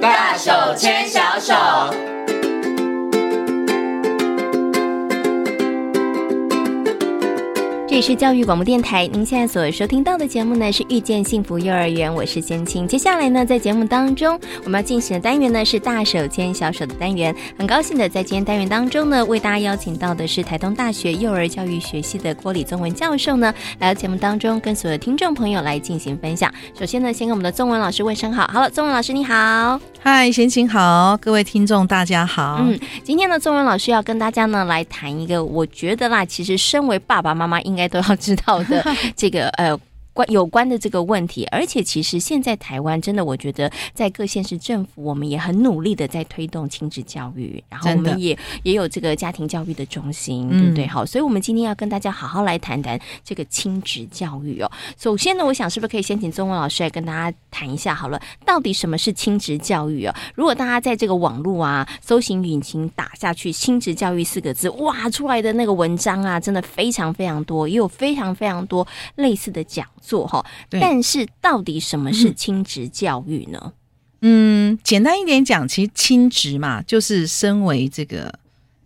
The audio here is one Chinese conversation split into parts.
大手牵小手。这里是教育广播电台，您现在所收听到的节目呢是《遇见幸福幼儿园》，我是贤青。接下来呢，在节目当中，我们要进行的单元呢是“大手牵小手”的单元。很高兴的在今天单元当中呢，为大家邀请到的是台东大学幼儿教育学系的郭李宗文教授呢，来到节目当中跟所有的听众朋友来进行分享。首先呢，先跟我们的宗文老师问声好。Hello，宗文老师你好。嗨，闲情好，各位听众大家好。嗯，今天呢，宗文老师要跟大家呢来谈一个，我觉得啦，其实身为爸爸妈妈应该都要知道的这个呃。关有关的这个问题，而且其实现在台湾真的，我觉得在各县市政府，我们也很努力的在推动亲子教育，然后我真的们也也有这个家庭教育的中心，嗯对不对？好，所以我们今天要跟大家好好来谈谈这个亲子教育哦。首先呢，我想是不是可以先请宗文老师来跟大家谈一下好了，到底什么是亲职教育哦？如果大家在这个网络啊搜寻引擎打下去“亲职教育”四个字，哇，出来的那个文章啊，真的非常非常多，也有非常非常多类似的讲座哈、对但是到底什么是亲职教育呢？嗯，简单一点讲，其实亲职嘛，就是身为这个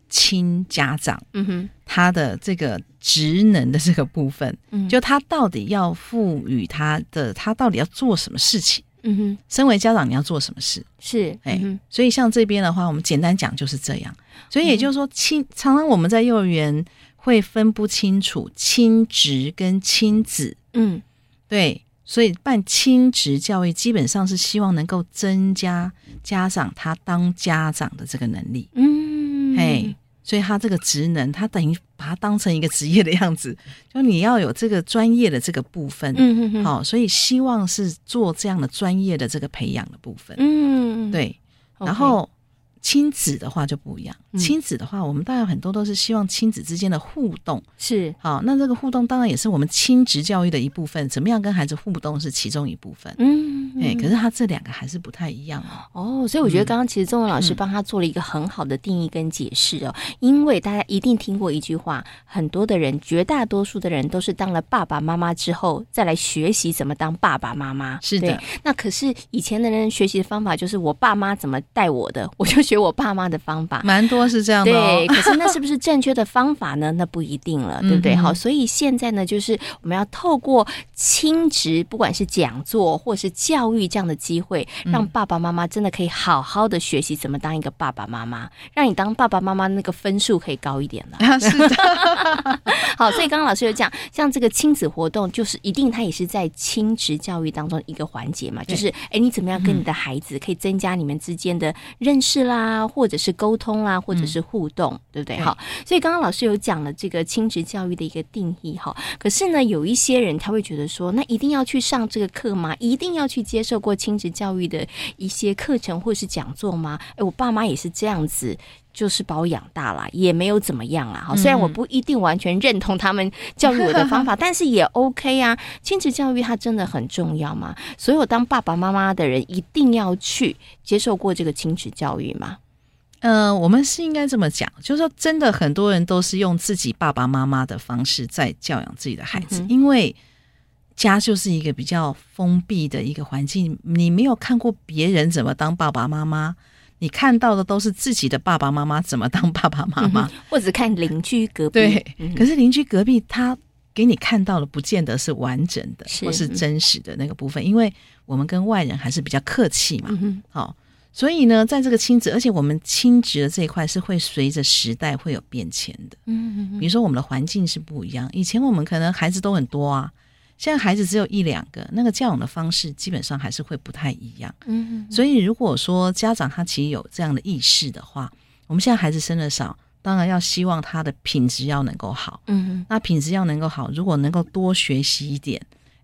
亲家长，嗯哼，他的这个职能的这个部分，嗯就他到底要赋予他的，他到底要做什么事情？嗯哼，身为家长，你要做什么事？是，哎、嗯哼所以像这边的话，我们简单讲就是这样。所以也就是说，亲，常常我们在幼儿园会分不清楚亲职跟亲子，嗯对，所以办亲职教育基本上是希望能够增加家长他当家长的这个能力，嗯，嘿、所以他这个职能，他等于把它当成一个职业的样子，就你要有这个专业的这个部分，嗯哼哼，，好、所以希望是做这样的专业的这个培养的部分，嗯，对， OK，然后亲子的话就不一样，嗯亲子的话，我们当然很多都是希望亲子之间的互动。是，好，那这个互动当然也是我们亲职教育的一部分，怎么样跟孩子互动是其中一部分。嗯，哎、可是他这两个还是不太一样哦。哦，所以我觉得嗯刚刚其实中文老师嗯帮他做了一个很好的定义跟解释哦，因为大家一定听过一句话，很多的人，绝大多数的人都是当了爸爸妈妈之后再来学习怎么当爸爸妈妈。是的对，那可是以前的人学习的方法就是我爸妈怎么带我的，我就学我爸妈的方 法。蛮多是这样的、哦 对，，可是那是不是正确的方法呢？那不一定了，对不对？嗯哼好，所以现在呢，就是我们要透过亲职，不管是讲座或是教育这样的机会，嗯让爸爸妈妈真的可以好好的学习怎么当一个爸爸妈妈，让你当爸爸妈妈那个分数可以高一点了。啊，是的， 好，所以刚刚老师有讲，像这个亲子活动，就是一定它也是在亲职教育当中一个环节嘛，就对是哎，你怎么样跟你的孩子可以增加你们之间的认识啦，或者是沟通啦，或者是互动，对不对？对好，所以刚刚老师有讲了这个亲职教育的一个定义哈，可是呢，有一些人他会觉得说，那一定要去上这个课吗？一定要去接受过亲职教育的一些课程或是讲座吗？哎，我爸妈也是这样子，就是把我养大了，也没有怎么样啦。哈，虽然我不一定完全认同他们教育我的 方法，但是也 OK 啊。亲子教育它真的很重要嘛？所有当爸爸妈妈的人一定要去接受过这个亲子教育嘛？呃，我们是应该这么讲，就是说，真的很多人都是用自己爸爸妈妈的方式在教养自己的孩子，嗯哼因为家就是一个比较封闭的一个环境，你没有看过别人怎么当爸爸妈妈，你看到的都是自己的爸爸妈妈怎么当爸爸妈妈。嗯哼，我只看邻居隔壁，对，嗯可是邻居隔壁他给你看到的，不见得是完整的是或是嗯真实的那个部分，因为我们跟外人还是比较客气嘛。嗯哼，好、所以呢，在这个亲子，而且我们亲职的这一块是会随着时代会有变迁的。嗯哼比如说我们的环境是不一样，以前我们可能孩子都很多啊，现在孩子只有一两个，那个教养的方式基本上还是会不太一样。嗯哼，所以如果说家长他其实有这样的意识的话，我们现在孩子生的少，当然要希望他的品质要能够好。嗯哼，那品质要能够好，如果能够多学习一点，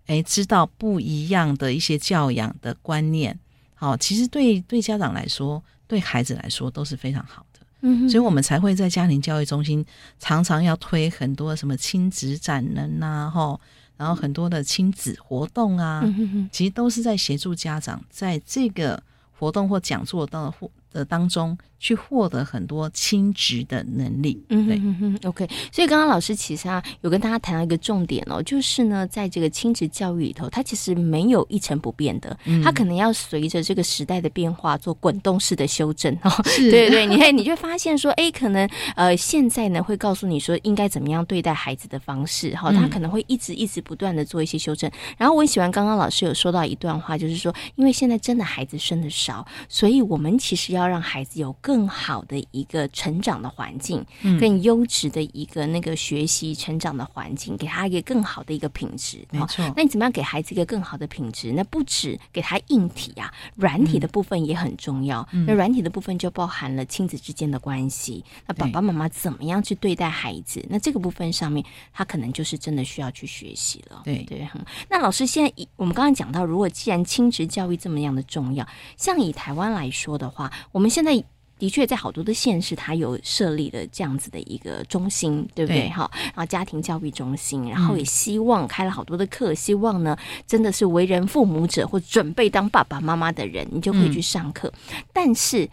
诶，知道不一样的一些教养的观念，好、其实对对家长来说，对孩子来说都是非常好的。嗯哼，所以我们才会在家庭教育中心常常要推很多什么亲子展能呐、啊，吼，然后很多的亲子活动啊，嗯哼哼，其实都是在协助家长在这个活动或讲座的或的当中去获得很多亲职的能力。嗯对哼，哼哼，OK。所以刚刚老师其实啊有跟大家谈到一个重点哦，就是呢，在这个亲子教育里头，它其实没有一成不变的，它可能要随着这个时代的变化做滚动式的修正哦。是对对，你看你就会发现说，哎，可能呃现在呢会告诉你说应该怎么样对待孩子的方式哈，嗯他可能会一直一直不断的做一些修正。然后我很喜欢刚刚老师有说到一段话，就是说，因为现在真的孩子生的少，所以我们其实要让孩子有更好的一个成长的环境，嗯更优质的一个那个学习成长的环境，给他一个更好的一个品质。没哦错那你怎么样给孩子一个更好的品质？那不止给他硬体啊，软体嗯的部分也很重要。那软体的部分就包含了亲子之间的关系，那爸爸妈妈怎么样去对待孩子？那这个部分上面，他可能就是真的需要去学习了。对对，嗯那老师现在以我们刚刚讲到，如果既然亲职教育这么样的重要，像以台湾来说的话，我们现在。的确，在好多的县市，它有设立了这样子的一个中心，对不对？嗯对哈，然后家庭教育中心，然后也希望开了好多的课，希望呢，真的是为人父母者或准备当爸爸妈妈的人，你就可以去上课。但是，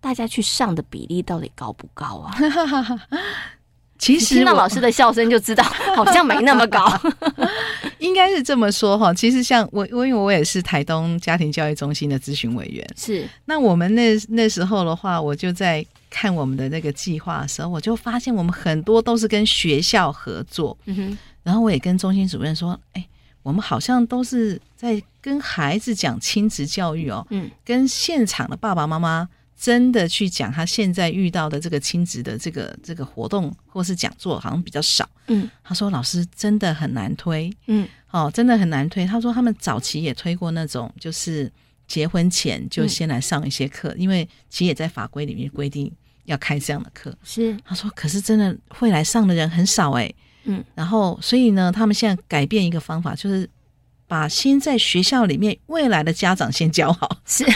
大家去上的比例到底高不高 啊？其你实听到我老师的笑声就 知道，好像没那么高。应该是这么说哈。其实像我，我因为我也是台东家庭教育中心的咨询委员， 是，那我们那那时候的话，我就在看我们的那个计划的时候，我就发现我们很多都是跟学校合作，嗯哼，然后我也跟中心主任说，哎，我们好像都是在跟孩子讲亲子教育哦，嗯，跟现场的爸爸妈妈真的去讲他现在遇到的这个亲子的这个这个活动或是讲座，好像比较少。嗯他说老师真的很难推，嗯哦，真的很难推。他说他们早期也推过那种，就是结婚前就嗯先来上一些课，因为其实也在法规里面规定要开这样的课。是，他说，可是真的会来上的人很少哎、嗯然后，所以呢，他们现在改变一个方法，就是把先在学校里面未来的家长先教好。是，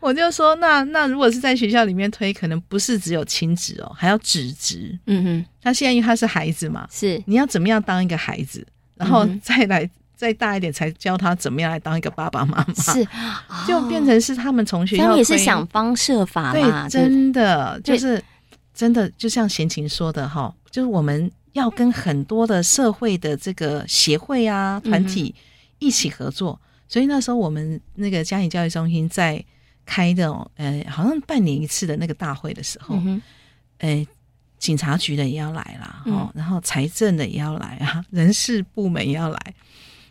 我就说，那那如果是在学校里面推，可能不是只有亲子哦，还要子职。嗯哼，他现在因为他是孩子嘛， 是，你要怎么样当一个孩子，然后嗯哼再来、再大一点才教他怎么样来当一个爸爸妈妈，是，就变成是他们从学校他们也是推想方设法啦，对，对不对，真的就对是真的，就像贤琴说的哈，就是我们要跟很多的社会的这个协会啊嗯团体一起合作，所以那时候我们那个家庭教育中心在开的呃，好像半年一次的那个大会的时候，嗯哼，呃，警察局的也要来啦，嗯哦，然后财政的也要来啊， 人事部门也要来，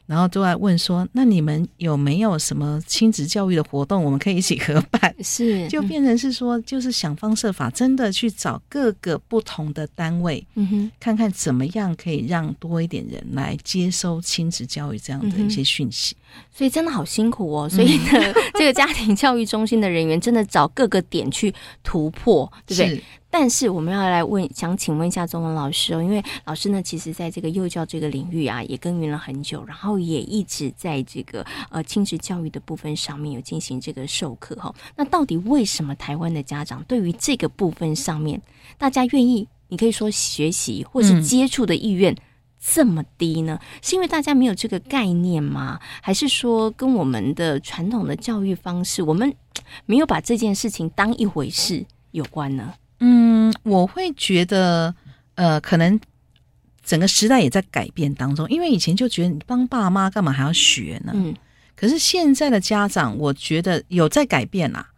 然后都来问说，那你们有没有什么亲子教育的活动，我们可以一起合办？是，就嗯变成是说，就是想方设法，真的去找各个不同的单位，嗯哼。看看怎么样可以让多一点人来接收亲子教育这嗯样的一些讯息。所以真的好辛苦哦。所以呢，嗯 这个家庭教育中心的人员真的找各个点去突破，对不对？是但是我们要来问，想请问一下中文老师哦，因为老师呢，其实在这个幼教这个领域啊，也耕耘了很久，然后也一直在这个呃亲子教育的部分上面有进行这个授课哈、哦。那到底为什么台湾的家长对于这个部分上面，大家愿意，你可以说学习或是嗯接触的意愿？这么低呢？是因为大家没有这个概念吗？还是说跟我们的传统的教育方式，我们嘖没有把这件事情当一回事有关呢？嗯，我会觉得，呃，可能整个时代也在改变当中，因为以前就觉得你帮爸妈干嘛还要学呢？嗯可是现在的家长，我觉得有在改变啦、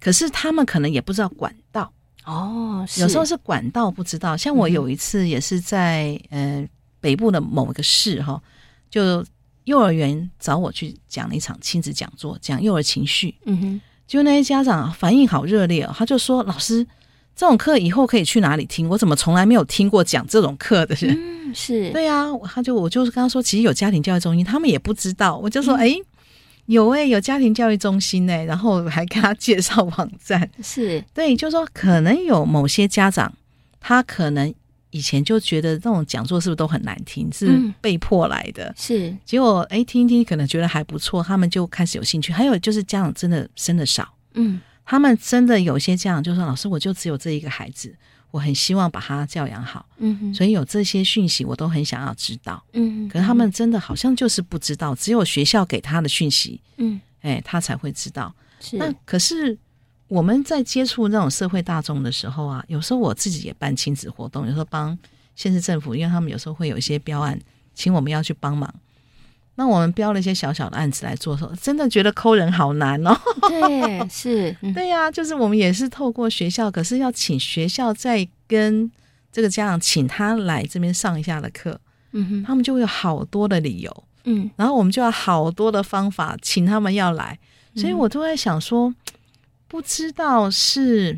可是他们可能也不知道管道。哦，是有时候是管道不知道。像我嗯哼有一次也是在、呃北部的某一个市哈，就幼儿园找我去讲了一场亲子讲座，讲幼儿情绪。嗯哼，就那些家长反应好热烈哦，他就说：“老师，这种课以后可以去哪里听？我怎么从来没有听过讲这种课的人？”嗯是，对啊，我他就我就是跟他说，其实有家庭教育中心，他们也不知道。我就说：“哎、有哎、有家庭教育中心哎、然后我还跟他介绍网站。是对，就说可能有某些家长，他可能以前就觉得这种讲座是不是都很难听，是嗯被迫来的。是，结果哎，听一听可能觉得还不错，他们就开始有兴趣。还有就是家长真的生的少，嗯他们真的有些家长就说：“老师，我就只有这一个孩子，我很希望把他教养好，嗯哼，所以有这些讯息我都很想要知道。”嗯，可是他们真的好像就是不知道，只有学校给他的讯息，嗯哎，他才会知道。是那可是我们在接触那种社会大众的时候啊，有时候我自己也办亲子活动，有时候帮县市政府，因为他们有时候会有一些标案，请我们要去帮忙。那我们标了一些小小的案子来做的时候，真的觉得抠人好难哦。对是， 嗯对呀、就是我们也是透过学校，可是要请学校再跟这个家长请他来这边上一下的课，嗯哼他们就会有好多的理由。嗯然后我们就要好多的方法，请他们要来，所以我都在想说，不知道是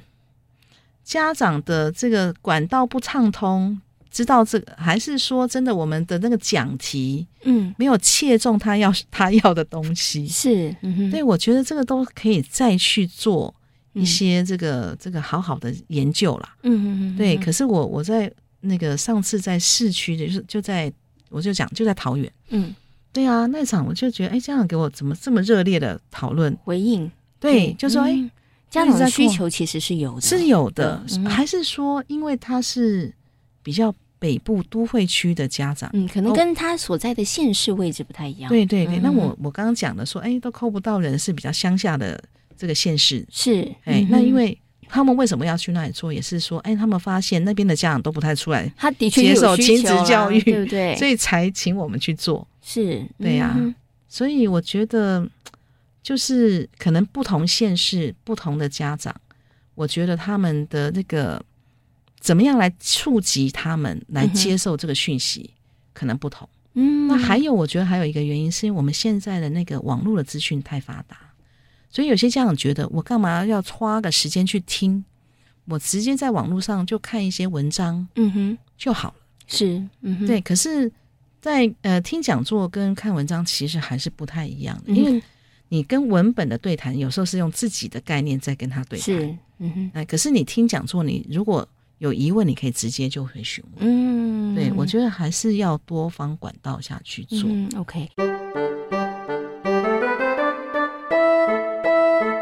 家长的这个管道不畅通，知道这个，还是说真的我们的那个讲题嗯没有切中他要他要的东西？是，嗯哼对，我觉得这个都可以再去做一嗯些这个、这个好好的研究啦。嗯哼嗯对，哼可是我我在那个上次在市区的，就是就在我就讲就在桃园。嗯对啊，那场我就觉得，哎，家长给我怎么这么热烈的讨论？回应对，就说，哎、嗯家那你长的在需做求其实是有的，是有的，嗯还是说，因为他是比较北部都会区的家长？嗯，可能哦跟他所在的县市位置不太一样，对对对，嗯那我我刚刚讲的说，哎，都扣不到人，是比较乡下的这个县市。是，哎、嗯那因哼为他们为什么要去那里做，也是说，哎，他们发现那边的家长都不太出来，他的确接有受需亲求子啦教育对不对？ 所以才请我们去做。是，对啊呀嗯哼所以我觉得，就是可能不同县市、不同的家长，我觉得他们的那个怎么样来触及他们来嗯哼接受这个讯息，可能不同。嗯，那还有，我觉得还有一个原因，是因为我们现在的那个网络的资讯太发达，所以有些家长觉得我干嘛要花个时间去听，我直接在网络上就看一些文章嗯哼，就好了。是，嗯哼，对，可是在，呃听讲座跟看文章其实还是不太一样的，嗯，因为你跟文本的对谈，有时候是用自己的概念在跟他对啊谈。是，嗯哼，哎，可是你听讲座，你如果有疑问，你可以直接就会询问。嗯，对，我觉得还是要多方管道下去做。嗯哼，OK。对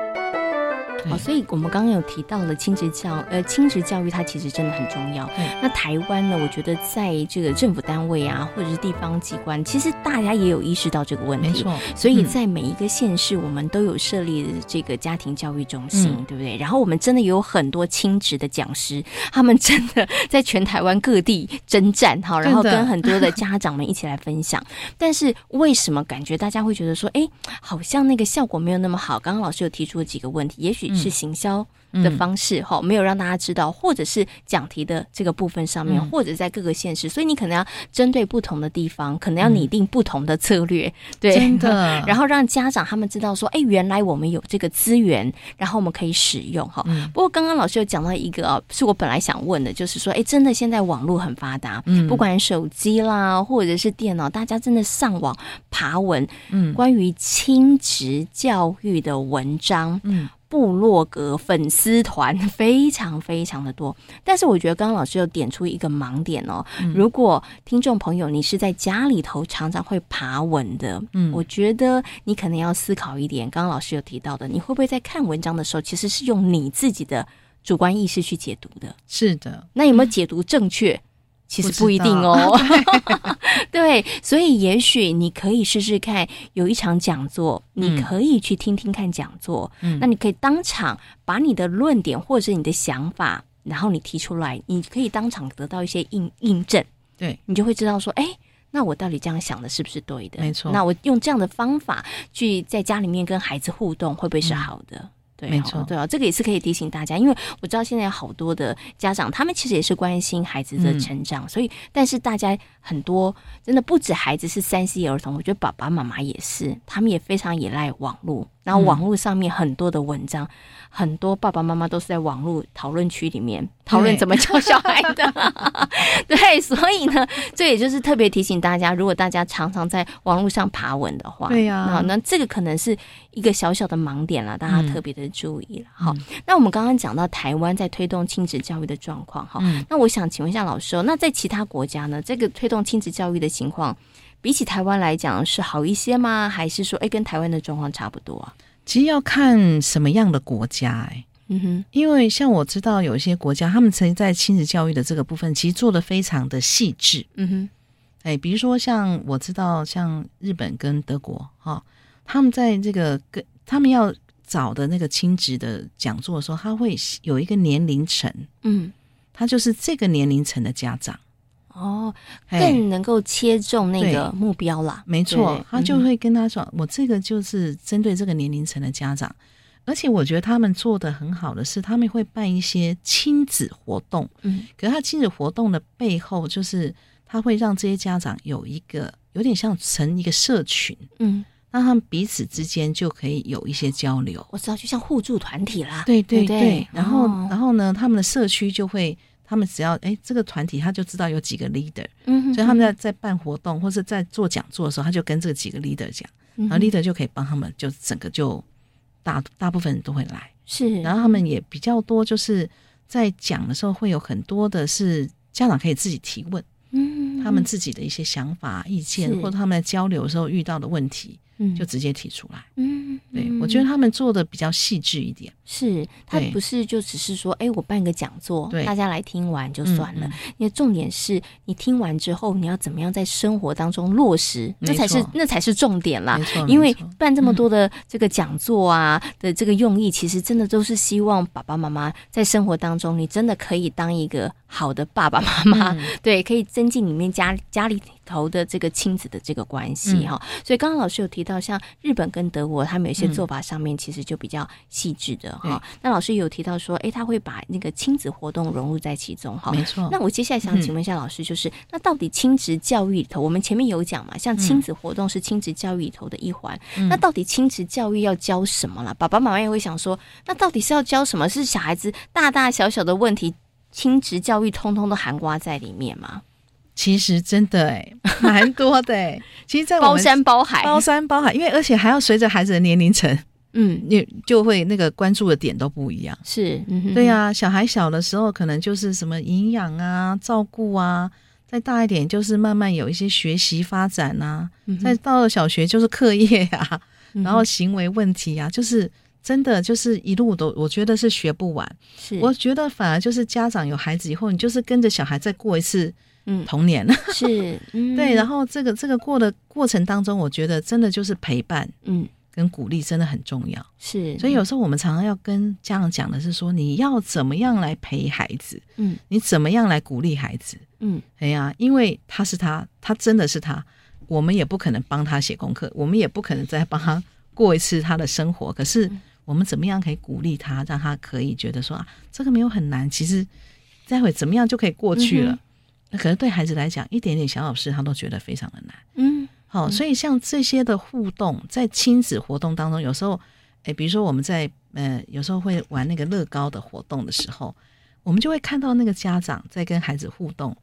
好，所以我们刚刚有提到了亲职教，呃，亲职教育它其实真的很重要对。那台湾呢，我觉得在这个政府单位啊，或者是地方机关，其实大家也有意识到这个问题。没错，所以嗯在每一个县市，我们都有设立这个家庭教育中心，嗯对不对？然后我们真的有很多亲职的讲师， 他们真的在全台湾各地征战，哈，然后真的跟很多的家长们一起来分享。 但是为什么感觉大家会觉得说，哎，好像那个效果没有那么好？刚刚老师有提出了几个问题，也许是行销的嗯方式哈、没有让大家知道，或者是讲题的这个部分上面，嗯或者在各个县市，所以你可能要针对不同的地方，可能要拟定不同的策略，嗯对，真的 然后让家长他们知道说，哎，原来我们有这个资源，然后我们可以使用哈。嗯不过刚刚老师有讲到一个哦，是我本来想问的，就是说，哎，真的现在网络很发达，嗯不管手机啦，或者是电脑，大家真的上网爬文嗯关于亲职教育的文章。嗯部落格粉丝团非常非常的多，但是我觉得刚刚老师有点出一个盲点哦。嗯如果听众朋友你是在家里头常常会爬文的，嗯我觉得你可能要思考一点。刚刚老师有提到的，你会不会在看文章的时候，其实是用你自己的主观意识去解读的？是的，那有没有解读正确？其实不一定哦嗯 不， 对，所以也许你可以试试看，有一场讲座，你嗯可以去听听看讲座，嗯那你可以当场把你的论点或者是你的想法，然后你提出来，你可以当场得到一些印印证，对你就会知道说，哎。那我到底这样想的是不是对的？没错那我用这样的方法去在家里面跟孩子互动，会不会是好的？对、嗯哦，没错对啊，这个也是可以提醒大家，因为我知道现在有好多的家长，他们其实也是关心孩子的嗯成长，所以但是大家很多真的不止孩子是三 C 儿童，我觉得爸爸妈妈也是，他们也非常依赖网络。然后网络上面很多的文章，很多爸爸妈妈都是在网络讨论区里面讨论怎么教小孩的。对，所以呢，这也就是特别提醒大家，如果大家常常在网络上爬文的话，对呀那那这个可能是一个小小的盲点了，大家嗯特别的注意了。好嗯，那我们刚刚讲到台湾在推动亲子教育的状况，哈，嗯那我想请问一下老师、哦，那在其他国家呢，这个推动亲子教育的情况，比起台湾来讲是好一些吗？还是说，哎，跟台湾的状况差不多啊？其实要看什么样的国家哎、嗯哼，因为像我知道有一些国家，他们曾在亲子教育的这个部分，其实做的非常的细致。嗯哼，哎，比如说像我知道，像日本跟德国哈、他们在这个跟他们要找的那个亲职的讲座的时候，他会有一个年龄层，嗯，他就是这个年龄层的家长。哦，嘿更能够切中那个目标啦。没错对，他就嗯会跟他说：“我这个就是针对这个年龄层的家长，而且我觉得他们做的很好的是，他们会办一些亲子活动。嗯可是他亲子活动的背后，就是他会让这些家长有一个有点像成一个社群，嗯，那他们彼此之间就可以有一些交流。我知道，就像互助团体啦。对对不对，然后、哦然后呢，他们的社区就会，他们只要哎这个团体他就知道有几个 leader，、嗯所以他们在在办活动或是在做讲座的时候，他就跟这几个 leader 讲。”嗯然后 leader 就可以帮他们，就整个就大大部分人都会来，是，然后他们也比较多，就是在讲的时候会有很多的是家长可以自己提问，嗯他们自己的一些想法、意见，是或者他们在交流的时候遇到的问题，嗯就直接提出来。嗯，对嗯我觉得他们做的比较细致一点，是，他对不是就只是说，哎，我办个讲座，对大家来听完就嗯算了嗯。因为重点是你听完之后，你要怎么样在生活当中落实，没那才是错那才是重点啦没。错，啊因没为错办这么多的这个讲座啊的这个用意，其实真的都是希望爸爸妈妈在生活当中，你真的可以当一个好的爸爸妈妈，嗯对，可以增进里面家家里头的这个亲子的这个关系嗯哈、所以刚刚老师有提到，像日本跟德国，他们有一些嗯做法上面其实就比较细致的哈、那老师有提到说，诶，他会把那个亲子活动融入在其中哈。没错。那我接下来想嗯请问一下老师，就是、那到底亲职教育里头，我们前面有讲嘛，像亲子活动是亲职教育里头的一环。嗯那到底亲职教育要教什么啦？爸爸妈妈也会想说，那到底是要教什么？是小孩子大大小小的问题，亲职教育通通都含瓜在里面吗？其实真的哎、 蛮多的哎、其实，在我包们山包海，包山包海，因为而且还要随着孩子的年龄层，嗯，你就会那个关注的点都不一样。是，嗯哼对、呀、小孩小的时候可能就是什么营养啊、照顾啊，再大一点就是慢慢有一些学习发展啊，嗯哼再到了小学就是课业啊，嗯哼然后行为问题啊，就是真的就是一路都我觉得是学不完。是，我觉得反而就是家长有孩子以后，你就是跟着小孩再过一次嗯童年， 是，嗯，对，然后后这个这个过的过程当中，我觉得真的就是陪伴嗯跟鼓励真的很重要。是，所以有时候我们常常要跟家长讲的是说，你要怎么样来陪孩子，嗯你怎么样来鼓励孩子？嗯哎呀，因为他是他，他真的是他，我们也不可能帮他写功课，我们也不可能再帮他过一次他的生活。可是我们怎么样可以鼓励他，让他可以觉得说啊，这个没有很难，其实待会怎么样就可以过去了。嗯那可是对孩子来讲，一点点小小事他都觉得非常的难。嗯好、所以像这些的互动，在亲子活动当中，有时候，诶，比如说我们在呃，有时候会玩那个乐高的活动的时候，我们就会看到那个家长在跟孩子互动，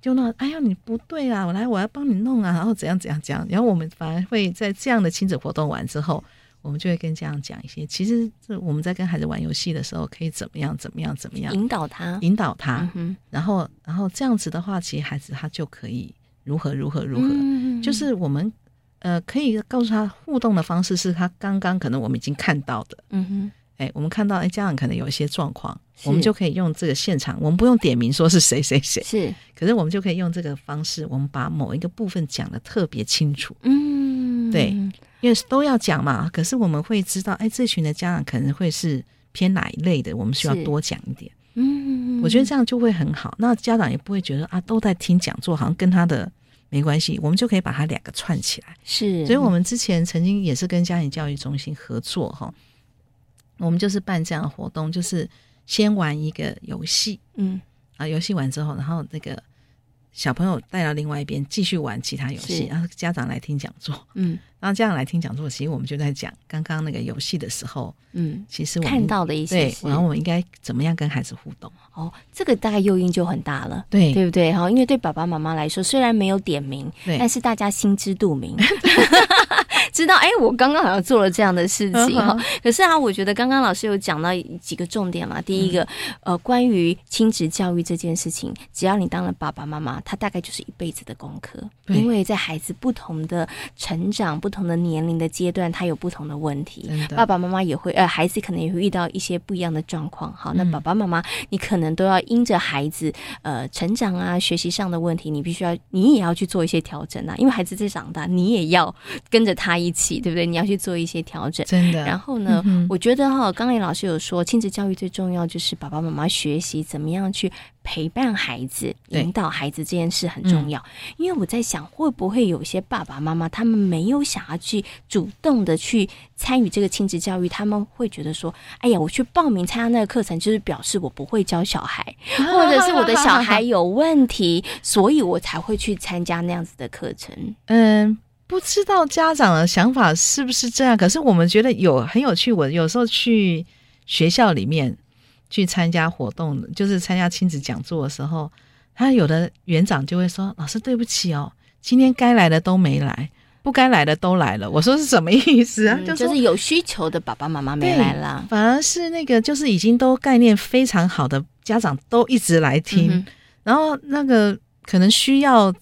就那，哎呀，你不对啊，我来，我要帮你弄啊，然后怎样怎样怎样，然后我们反而会在这样的亲子活动完之后，我们就会跟家长讲一些，其实这我们在跟孩子玩游戏的时候，可以怎么样怎么样怎么样引导他，引导他，嗯哼，然后然后这样子的话，其实孩子他就可以如何如何如何。嗯就是我们呃可以告诉他互动的方式是他刚刚可能我们已经看到的，嗯哼，哎，我们看到哎家长可能有一些状况，是我们就可以用这个现场，我们不用点名说是谁谁谁，是，可是我们就可以用这个方式，我们把某一个部分讲的特别清楚，嗯，对因为都要讲嘛，可是我们会知道，哎，这群的家长可能会是。偏哪一类的，我们需要是多讲一点。嗯，我觉得这样就会很好，那家长也不会觉得啊都在听讲座，好像跟他的没关系。我们就可以把它两个串起来。是，所以我们之前曾经也是跟家庭教育中心合作哈，我们就是办这样的活动，就是先玩一个游戏嗯啊，游戏完之后，然后那个小朋友带到另外一边继续玩其他游是戏，然后家长来听讲座，嗯然后家长来听讲座，其实我们就在讲刚刚那个游戏的时候，嗯，其实我们看到的一些对，是然后我们应该怎么样跟孩子互动？哦，这个大概诱因就很大了。对对不对？哈，因为对爸爸妈妈来说，虽然没有点名，对但是大家心知 肚明，知道哎，我刚刚好像做了这样的事嗯情哈。可是啊，我觉得刚刚老师有讲到几个重点啦。第一嗯个，呃，关于亲子教育这件事情，只要你当了爸爸妈妈，他大概就是一辈子的功课，对因为在孩子不同的成长、不同的年龄的阶段，他有不同的问题。啊真的爸爸妈妈也会，呃，孩子可能也会遇到一些不一样的状况。好，那爸爸妈妈，你可能都要因着孩子呃成长啊、学习上的问题，你必须要，你也要去做一些调整啊，因为孩子在长大，你也要跟着他一起，对不对？你要去做一些调整。真的。然后呢，嗯哼我觉得哈、刚才老师有说，亲子教育最重要就是爸爸妈妈学习怎么样去陪伴孩子、对嗯引导孩子这件事很重要。因为我在想，会不会有些爸爸妈妈他们没有想要去主动的去参与这个亲子教育，他们会觉得说：“哎呀，我去报名参加那个课程，就是表示我不会教 小孩，或者是我的小孩有问题，所以我才会去参加那样子的课程。嗯，不知道家长的想法是不是这样，可是我们觉得有很有趣。我有时候去学校里面去参加活动，就是参加亲子讲座的时候，他有的园长就会说：“老师，对不起哦，今天该来的都没来，不该来的都来了。”我说是什么意思啊？嗯就就说是有需求的爸爸妈妈没对来啦。反而是那个就是已经都概念非常好的家长都一直来听，嗯哼然后那个可能需要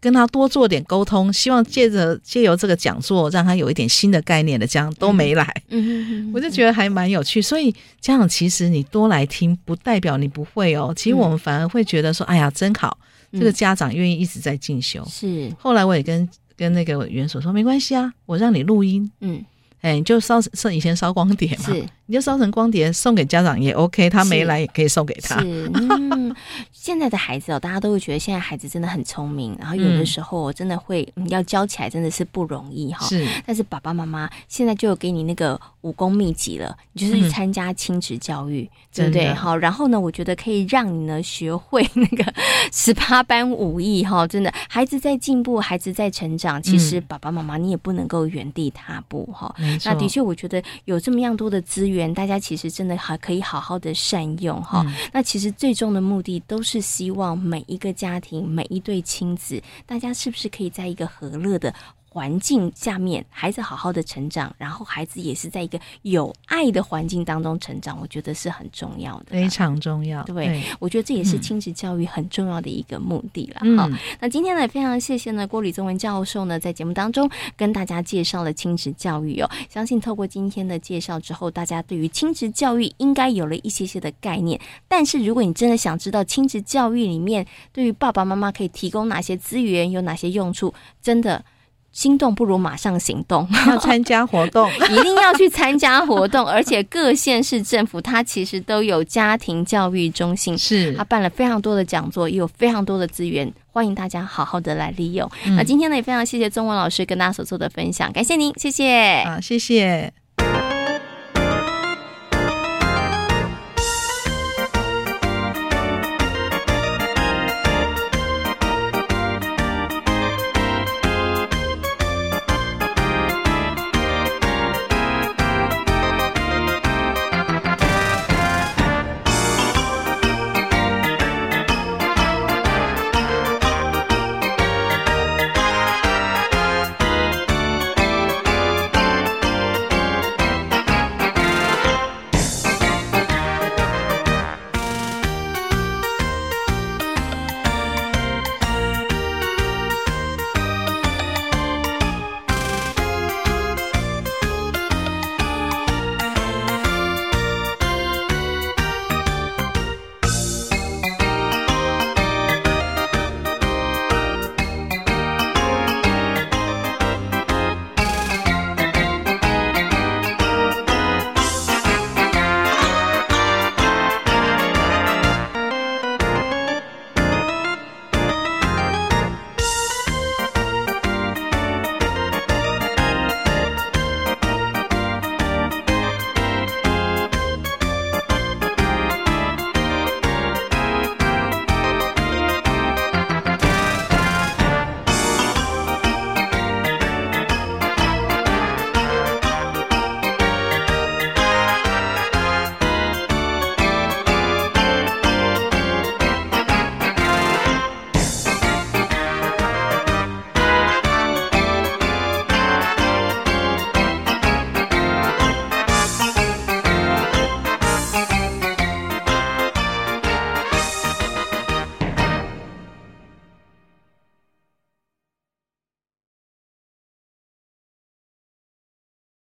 跟他多做点沟通，希望借着借由这个讲座，让他有一点新的概念的，这样都没来，嗯哼哼哼我就觉得还蛮有趣。所以家长其实你多来听，不代表你不会哦。其实我们反而会觉得说，哎呀，真好，嗯这个家长愿意一直在进修。是，后来我也跟跟那个园所说，没关系啊，我让你录音，嗯，哎，你就烧烧以前烧光碟嘛，是你就烧成光碟送给家长也 OK，他没是来也可以送给 他。是，嗯，现在的孩子哦，大家都会觉得现在孩子真的很聪明，然后有的嗯时候真的会、嗯要教起来真的是不容易哈、是但是爸爸妈妈现在就有给你那个武功秘籍了，你就是去嗯参加亲职教育，对不对？真的好，然后呢，我觉得可以让你呢学会那个 十八般武艺哈，真的，孩子在进步，孩子在成长，其实嗯爸爸妈妈你也不能够原地踏步哈。没错，那的确，我觉得有这么样多的资源，大家其实真的还可以好好的善用哈。嗯那其实最终的目的都是希望每一个家庭、每一对亲子，大家是不是可以在一个和乐的。环境下面，孩子好好的成长，然后孩子也是在一个有爱的环境当中成长，我觉得是很重要的非啦。常重要。对我觉得这也是嗯亲子教育很重要的一个目的了。哈。嗯，那今天呢，非常谢谢呢郭李宗文教授呢，在节目当中跟大家介绍了亲职教育哦。相信透过今天的介绍之后，大家对于亲职教育应该有了一些些的概念。但是如果你真的想知道亲职教育里面对于爸爸妈妈可以提供哪些资源，有哪些用处，真的心动不如马上行动。 要参加活动，一定要去参加活动，而且各县市政府它其实都有家庭教育中 心，是他办了非常多的讲座，也有非常多的资源，欢迎大家好好的来利用。那今天呢，也非常谢谢宗文老师跟大家所做的分享，感谢您，谢谢。啊，谢谢。